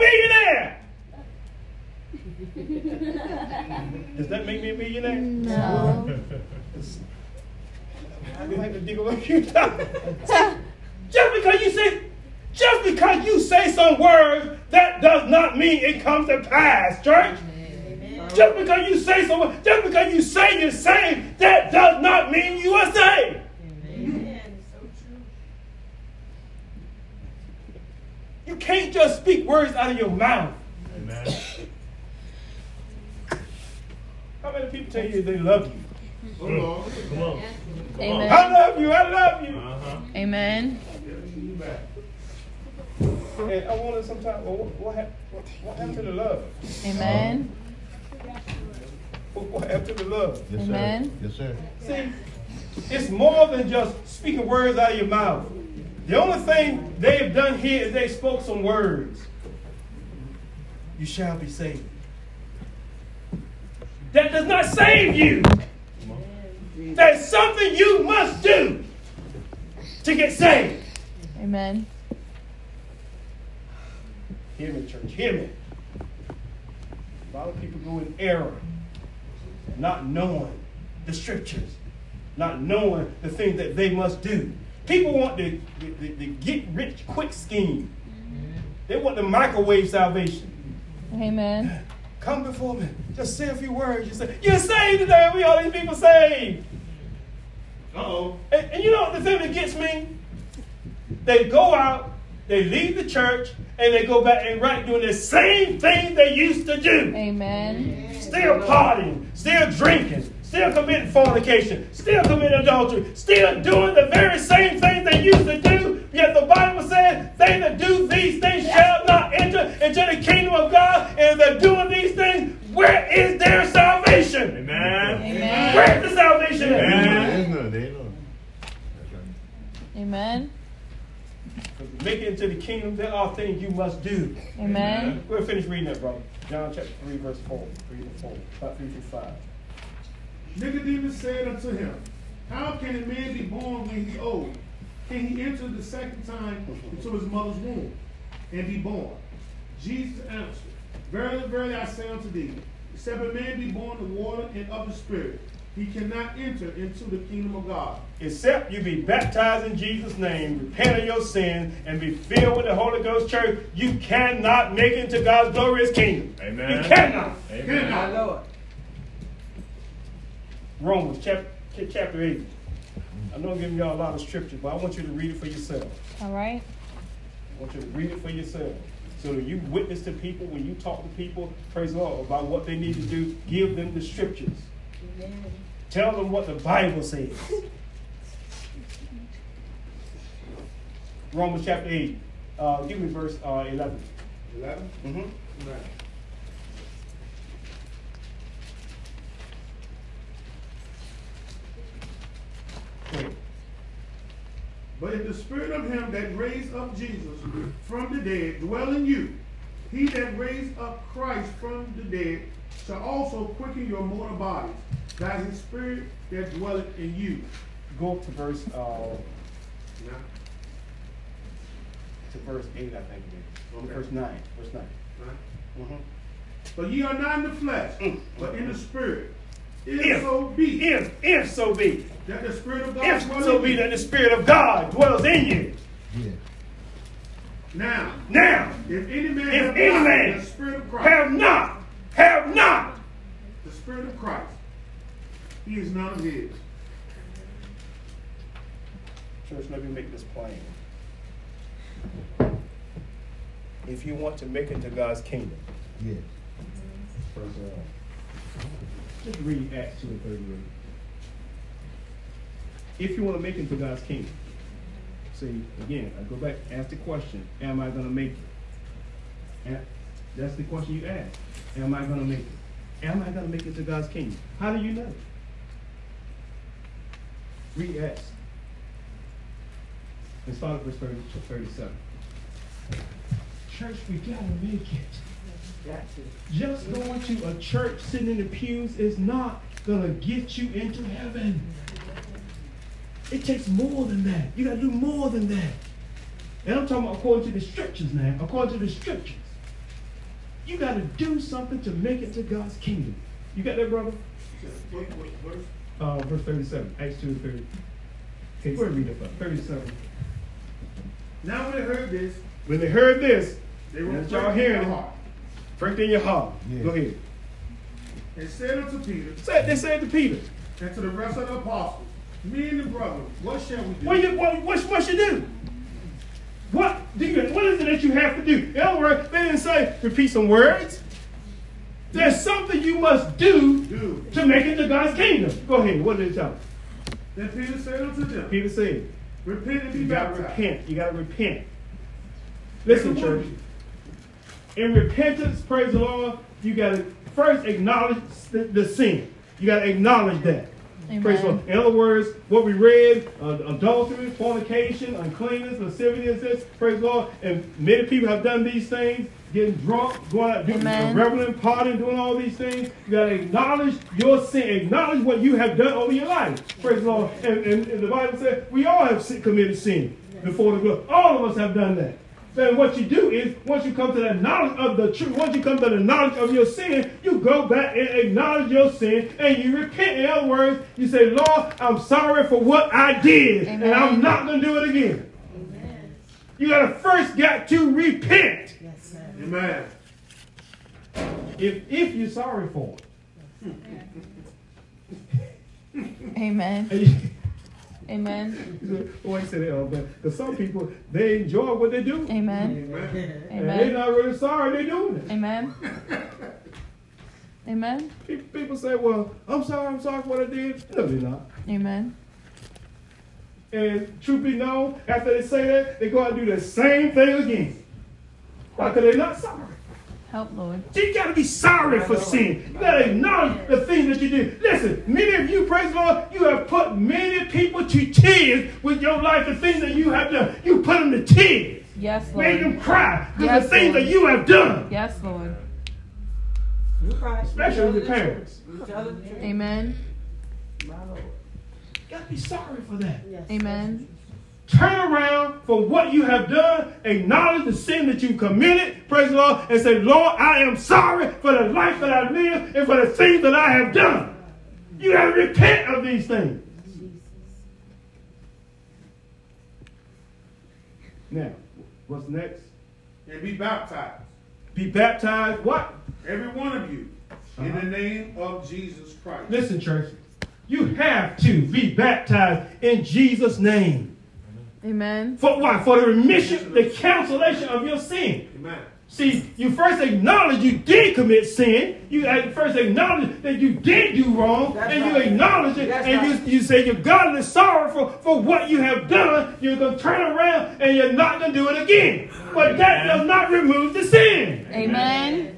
S1: millionaire. Does that make me a millionaire?
S6: No.
S1: I don't like to dig away you Just because you say, just because you say some words, that does not mean it comes to pass, church. Just because you say some, words, just because you say you're saved, that does not mean you are saved. You can't just speak words out of your mouth.
S3: Amen.
S1: How many people tell you they love you?
S2: Oh, Lord.
S3: Come on. Come on.
S6: *laughs* Amen.
S1: I love you. I love you.
S3: Uh-huh.
S6: Amen.
S2: You back.
S1: And I wonder sometimes, well, what, what, hap- what, what happened to the love?
S6: Amen.
S1: What, what happened to the love?
S4: Yes, sir.
S6: Amen.
S4: Yes, sir.
S1: See, it's more than just speaking words out of your mouth. The only thing they've done here is they spoke some words. You shall be saved. That does not save you. There's something you must do to get saved.
S6: Amen.
S1: Hear me, church. Hear me. A lot of people go in error, not knowing the scriptures, not knowing the things that they must do. People want the, the, the, the get rich quick scheme, they want the microwave salvation.
S6: Amen.
S1: Come before me. Just say a few words. You say, You're saved today. We all these people saved.
S2: Uh-oh.
S1: And, and you know what the thing that gets me? They go out, they leave the church, and they go back and right doing the same thing they used to do.
S6: Amen.
S1: Still partying, still drinking, still committing fornication, still committing adultery, still doing the very same thing they used to do. Yet the Bible says, they that do these things shall not enter into the kingdom of God. And if they're doing these things, where is their salvation?
S3: Amen.
S6: Amen.
S1: Where's the salvation? at?
S3: Amen.
S4: There's none. There ain't none. That's right.
S6: Amen.
S1: To Make it into the kingdom, there are things you must do.
S6: Amen.
S1: We'll finish reading that, brother. John chapter 3, verse 4. 3 to 4. About 3 through 5.
S2: Nicodemus said unto him, How can a man be born when he old? Can he enter the second time into his mother's womb and be born? Jesus answered, Verily, verily, I say unto thee, except a man be born of water and of the Spirit, he cannot enter into the kingdom of God.
S1: Except you be baptized in Jesus' name, repent of your sins, and be filled with the Holy Ghost, church, you cannot make it into God's glorious kingdom.
S3: Amen.
S1: You cannot.
S3: Amen.
S5: My Lord.
S1: Romans chapter, chapter 8. I know I'm giving y'all a lot of scripture, but I want you to read it for yourself.
S6: All right.
S1: I want you to read it for yourself. So that you witness to people, when you talk to people, praise the Lord, about what they need to do, give them the scriptures. Tell them what the Bible says. Romans chapter 8. Uh, give me verse uh, 11.
S2: 11?
S1: Mm-hmm.
S2: Right. But if the spirit of him that raised up Jesus from the dead dwell in you, he that raised up Christ from the dead shall also quicken your mortal bodies by his spirit that dwelleth in you.
S1: Go up to verse, uh,
S2: Now,
S1: to verse 8, I think it is.
S2: Okay.
S1: Verse 9. Verse 9.
S2: right?
S1: Mm-hmm. Mm.
S2: But ye are not in the flesh, but in the spirit. If,
S1: If-
S2: so be
S1: If, if so be,
S2: that the spirit of God
S1: if
S2: dwell
S1: so
S2: in
S1: be
S2: you.
S1: that the Spirit of God dwells in you.
S4: Yeah.
S2: Now,
S1: Now,
S2: if any man
S1: If
S2: have
S1: any
S2: not
S1: man
S2: the spirit of Christ,
S1: have not, have not
S2: the spirit of Christ, he is none of his.
S1: Church, let me make this plain. If you want to make it to God's kingdom,
S4: Yeah.
S1: just read Acts
S4: Two and thirty-eight.
S1: if you want to make it into God's kingdom. See, again, I go back, ask the question, am I going to make it? And that's the question you ask. Am I going to make it? Am I going to make it to God's kingdom? How do you know? Read Acts. Let's start at verse 30 37. Church, we got to make it. Just going to a church, sitting in the pews, is not gonna get you into heaven. It takes more than that. You gotta do more than that. And I'm talking about according to the scriptures now, according to the scriptures. You gotta do something to make it to God's kingdom. You got that, brother?
S2: What, what, what?
S1: Uh, verse 37, Acts 2 and 30. Okay, we'll read it, but 37.
S2: Now when they heard this,
S1: When they heard this,
S2: they were
S1: Yes, y'all hearing it.
S2: heart
S1: pricked in your heart.
S8: Yeah.
S1: Go ahead.
S2: and said unto Peter
S1: Said, they said to Peter,
S2: and to the rest of the apostles, Me and the brother, what shall we do?
S1: What you what what what you do? What do you what is it that you have to do? In other words, they didn't say repeat some words. There's something you must do
S2: do?
S1: to make it to God's kingdom. Go ahead. What did it tell? you?
S2: Then Peter said unto them,
S1: Peter said,
S2: Repent and be
S1: "You gotta
S2: baptized.
S1: repent. You gotta repent." Listen, church. In repentance, praise the Lord. You gotta first acknowledge the, the sin. You gotta acknowledge that. Praise the
S6: Amen.
S1: Lord. In other words, what we read, uh, adultery, fornication, uncleanness, lascivity, and this, praise the Lord. And many people have done these things, getting drunk, going out, doing,
S6: Amen.
S1: reveling, partying, doing all these things. You got to acknowledge your sin, acknowledge what you have done over your life. Praise the Lord. And, and, and the Bible says we all have sin, committed sin before the Lord. All of us have done that. Then what you do is, once you come to the knowledge of the truth, once you come to the knowledge of your sin, you go back and acknowledge your sin and you repent. In other words, you say, Lord, I'm sorry for what I did, and I'm
S6: Amen.
S1: not going to do it again. You got to first got to repent
S2: Amen.
S1: if, if you're sorry for it.
S6: Amen.
S1: And you-
S6: Amen.
S1: *laughs* Well, I said it all, but because some people they enjoy what they do,
S6: Amen.
S2: Amen.
S1: and they're
S6: Amen.
S1: not really sorry they're doing it.
S6: Amen. Amen.
S1: Pe- People say, "Well, I'm sorry, I'm sorry for what I did." No, they're not.
S6: Amen.
S1: And truth be known, after they say that, they go out and do the same thing again. Why? Because they're not sorry.
S6: Help, Lord.
S1: You gotta be sorry for sin. You gotta acknowledge the things that you did. Listen, many of you, praise the Lord, you have put many people to tears with your life, the things that you have done. You put them to tears.
S6: Yes,
S1: Made them
S6: Lord.
S1: cry because
S6: Yes,
S1: the things
S6: Lord.
S1: that you have done,
S6: Yes, Lord.
S1: especially your parents.
S6: Amen.
S1: You gotta be sorry for that.
S6: Amen.
S1: Turn around for what you have done, acknowledge the sin that you committed, praise the Lord, and say, Lord, I am sorry for the life that I live and for the things that I have done. You gotta repent of these things. Now, what's next?
S2: And be baptized,
S1: Be baptized. What?
S2: every one of you, in
S1: Uh-huh.
S2: the name of Jesus Christ.
S1: Listen, church. You have to be baptized in Jesus' name.
S6: Amen.
S1: For what? For the remission, the cancellation of your sin.
S2: Amen.
S1: See, you first acknowledge you did commit sin. You had- first acknowledge that you did do wrong,
S5: That's
S1: and you
S5: right.
S1: acknowledge it,
S5: That's
S1: and
S5: right.
S1: you, you say you're godly sorrowful for what you have done. You're gonna turn around and you're not gonna do it again. But that does not remove the sin.
S6: Amen.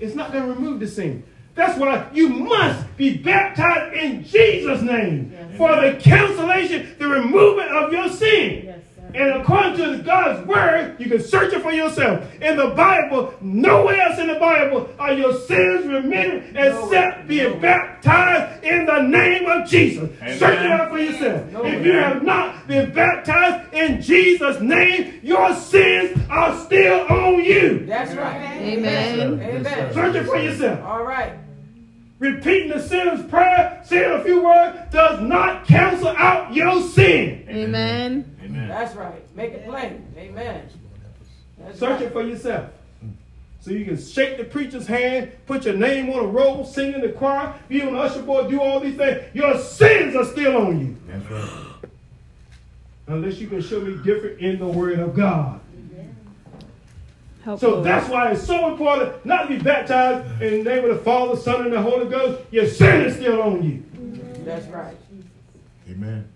S1: It's not gonna remove the sin. That's why you must be baptized in Jesus' name for the cancellation, the removal of your sin. And according to God's word, you can search it for yourself. In the Bible, nowhere else in the Bible are your sins remitted except being baptized in the name of Jesus.
S3: Amen.
S1: Search it out for yourself. if you have not been baptized in Jesus' name, your sins are still on you.
S5: That's right.
S6: Amen.
S5: Amen.
S1: Search it for yourself.
S5: All right.
S1: Repeating the sinner's prayer, saying a few words, does not cancel out your sin.
S6: Amen.
S3: Amen.
S5: That's right. Make it plain. Amen. That's
S1: Search
S5: right.
S1: it for yourself. So you can shake the preacher's hand, put your name on a roll, sing in the choir, be on the usher board, do all these things. Your sins are still on you.
S8: That's right.
S1: Unless you can show me different in the word of God.
S6: Help,
S1: So
S6: Lord.
S1: that's why it's so important not to be baptized in the name of the Father, Son, and the Holy Ghost. Your sin is still on you.
S5: That's right.
S4: Amen.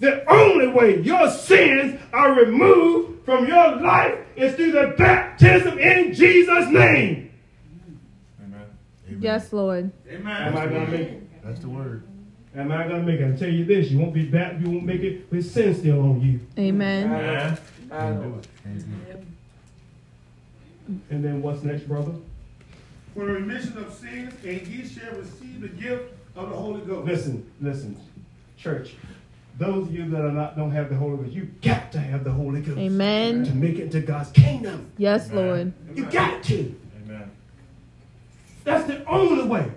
S8: The only way your sins are removed from your life is through the baptism in Jesus' name.
S4: Amen.
S6: Yes, Lord.
S8: Am I
S2: Amen.
S8: gonna make it?
S4: That's the word.
S8: Am I gonna make it? I tell you this, you won't be back, you won't make it with sin still on you.
S6: Amen.
S3: Amen.
S4: Can't do it. Can't do it.
S8: And then what's next, brother?
S2: For the remission of sins, and ye shall receive the gift of the Holy Ghost.
S8: Listen, listen, church. Those of you that are not don't have the Holy Ghost, you got to have the Holy Ghost
S6: Amen.
S8: to make it to God's kingdom.
S6: Yes, Lord.
S8: You got to.
S3: Amen.
S8: That's the only way.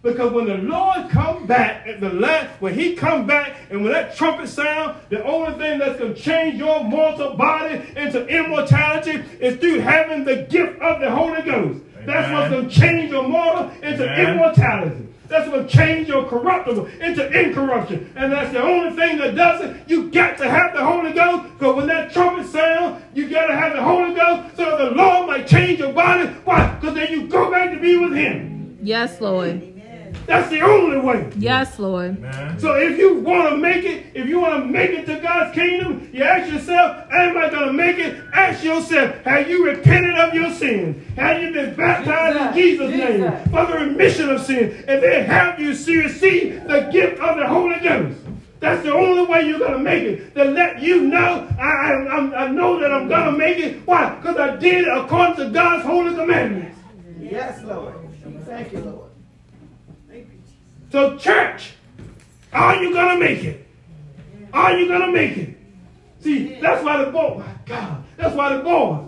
S8: Because when the Lord come back at the last, when he come back and when that trumpet sound, the only thing that's gonna change your mortal body into immortality is through having the gift of the Holy Ghost. That's what's
S3: Amen.
S8: gonna change your mortal into
S3: Amen.
S8: immortality. That's what's gonna change your corruptible into incorruption. And that's the only thing that does it. You got to have the Holy Ghost, because when that trumpet sound, you gotta have the Holy Ghost so the Lord might change your body. Why? Because then you go back to be with him.
S6: Yes, Lord.
S8: That's the only way.
S6: Yes, Lord.
S3: Amen.
S8: So if you want to make it, if you want to make it to God's kingdom, you ask yourself, am I going to make it? Ask yourself, have you repented of your sins? Have you been baptized in Jesus' name for the remission of sin? And then have you see- received the gift of the Holy Ghost? That's the only way you're going to make it. To let you know, I, I, I'm- I know that I'm going to make it. Why? Because I did it according to God's holy commandments.
S5: Yes, Lord. Thank you, Lord.
S8: So, church, are you gonna make it? Are you gonna make it? See, that's why the boy, my God, that's why the boys.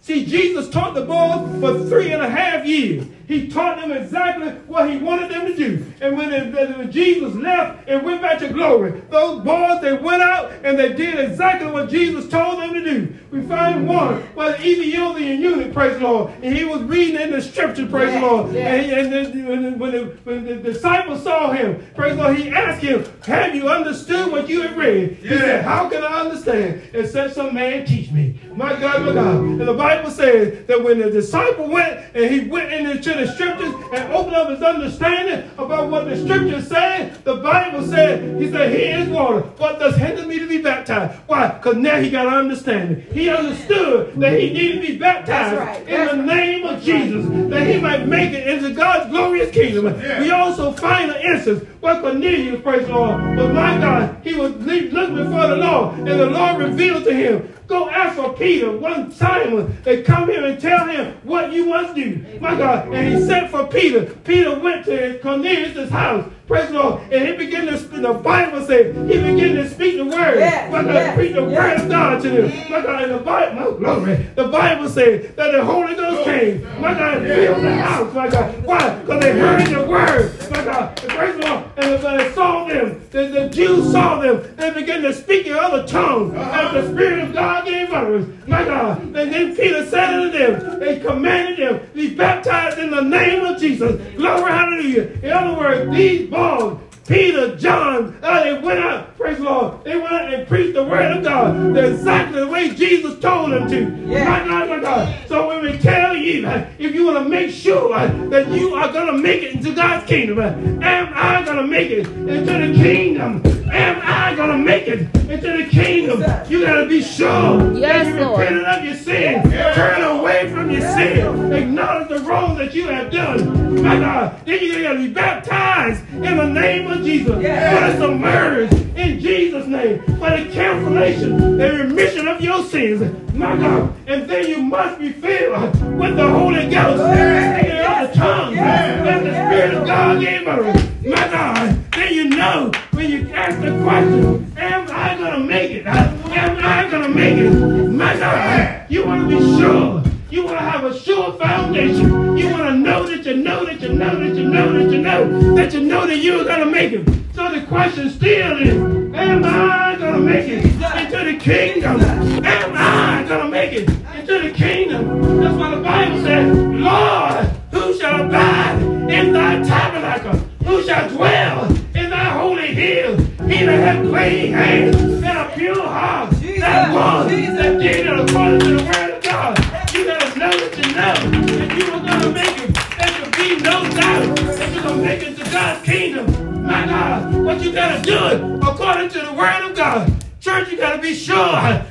S8: See, Jesus taught the boys for three and a half years. He taught them exactly what he wanted them to do. And when, they- when Jesus left and went back to glory, those boys, they went out and they did exactly what Jesus told them to do. We find one by the Ethiopian eunuch, praise the Lord. And he was reading in the scripture, praise the Lord. And, he, and then when, the, when, the, when the disciples saw him, praise the Lord, he asked him, have you understood what you have read? He said,
S2: Yeah.
S8: how can I understand except some man teach me? My God, my God. And the Bible says that when the disciple went and he went into the scriptures and opened up his understanding about what the scriptures said, the Bible said, he said, here is water. What does hinder me to be baptized? Why? Because now he got an understanding. He understood that he needed to be baptized
S5: right.
S8: in the name of Jesus that he might make it into God's glorious kingdom.
S2: Yeah.
S8: We also find an instance where Cornelius, praise the Lord, was my God. He was le- looking before the Lord, and the Lord revealed to him, Go ask for Peter, one Simon, and come here and tell him what you must do. My God. And he sent for Peter. Peter went to Cornelius' house. Praise the Lord. And he began to speak, the Bible says, he began to speak the word.
S5: Yes,
S8: My God,
S5: yes,
S8: preach the
S5: yes.
S8: word of God to them. My God, in the Bible, oh, glory. The Bible says that the Holy Ghost came. My God, filled the house. My God, why? Because they heard the word. My God, the praise the Lord. And when they saw them, the, the Jews saw them. They began to speak in other tongues as the Spirit of God gave utterance. My God. And then Peter said unto them, they commanded them, be baptized in the name of Jesus. Glory, hallelujah. In other words, these balls Peter, John, uh, they went out, praise the Lord, they went out and preached the word of God the exactly the way Jesus told them to.
S5: Yeah.
S8: My God, my God. So when we tell you, uh, if you want to make sure uh, that you are going to make it into God's kingdom, uh, am I going to make it into the kingdom? Am I going to make it into the kingdom? You got to be sure
S6: Yes,
S8: that you
S6: Lord.
S8: repented of your sin. Turn away from your sin. Acknowledge the wrong that you have done. My God, then you got to be baptized in the name of Jesus
S5: Yes.
S8: for the submerged in Jesus' name, for the cancellation, the remission of your sins. My God, and then you must be filled with the Holy Ghost
S5: Yes.
S8: speaking of the tongue
S5: Yes.
S8: that the
S5: Yes.
S8: Spirit of God gave us. My God, then you know when you ask the question, am I going to make it? Am I going to make it? My God, you want to be sure. You want to have a sure foundation. You want to know that you know that you know that you know that you know that you know that you're going to make it. So the question still is, am I going to make it into the kingdom? Am I going to make it into the kingdom? That's why the Bible says, Lord, who shall abide in thy tabernacle? Who shall dwell in thy holy hill? He that hath clean hands and a pure heart, that
S5: Jesus,
S8: one that
S5: Jesus.
S8: did it according to the word of God. You gotta know that you know that you are gonna make it. There should be no doubt that you're gonna make it to God's kingdom. My God, what you
S2: should, according to the word of God. Church, you gotta be sure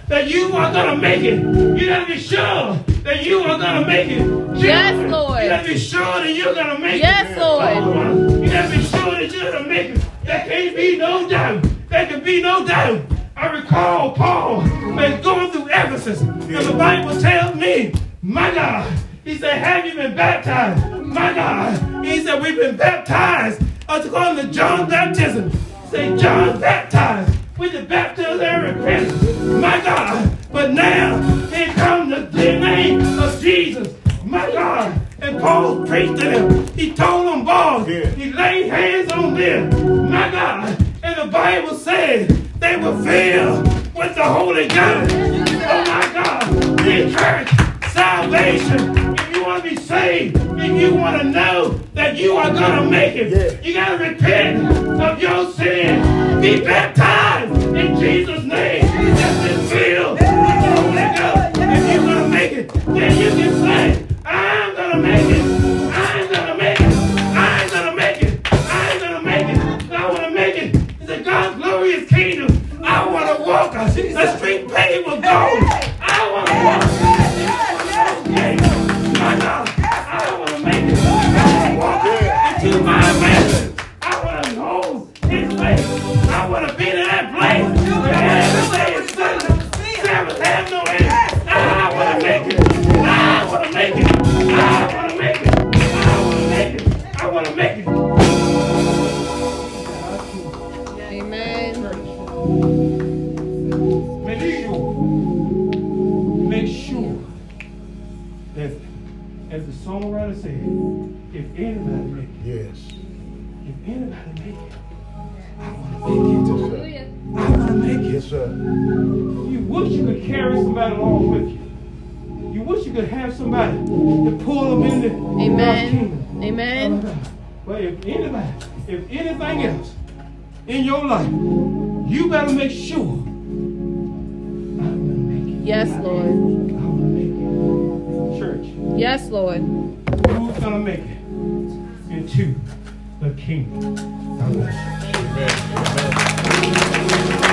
S2: that you are gonna make it. You gotta be sure that you are gonna make it.
S6: Yes,
S2: Children,
S6: Lord.
S2: You gotta be sure that you're gonna make it.
S6: Yes, Lord.
S2: Lord. You gotta be sure that you're gonna make it. There can't be no doubt. There can be no doubt. I recall Paul been going through Ephesus, and the Bible tells me, my God, he said, Have you been baptized? My God. He said, We've been baptized according to John's baptism. Say, John baptized with the baptism of repentance. My God. But now, here comes the name of Jesus. My God. And Paul preached to them. He told them, boys,
S8: Yeah.
S2: he laid hands on them. My God. And the Bible said they were filled with the Holy Ghost. Oh my God. We church, salvation. If you want to be saved, if you want to know that you are going to make it, you got to repent of your sin. Be baptized in Jesus' name. Just been filled with the Holy Ghost. If you're going to make it, then you can say, I'm going to make it. I'm going to make it. I'm going to make it. I'm going to make it. I want to make it into God's glorious kingdom. I want to walk the street paved with gold. I want to walk. My God, I want to make it. I want to walk into my mansion. I want to hold His face. I want to be in that place. where every day is Sunday. Sabbath has no end. I want to make it. I want to make it. I want to make it. I want to make it. I want to make it.
S6: Amen.
S2: Make sure, make sure that, as the songwriter said, if anybody make it,
S8: Yes.
S2: if anybody make it, I want to make it.
S8: Yes, sir.
S2: I want to make it.
S8: Yes, sir.
S2: You wish you could carry somebody along with you. You wish you could have somebody to pull them into God's kingdom.
S6: Amen. Amen.
S2: But if anybody, if anything else in your life, you better make sure I'm gonna make it.
S6: Yes, Lord.
S2: I'm gonna make it. Church,
S6: Yes, Lord.
S2: who's gonna make it into the kingdom? God bless you.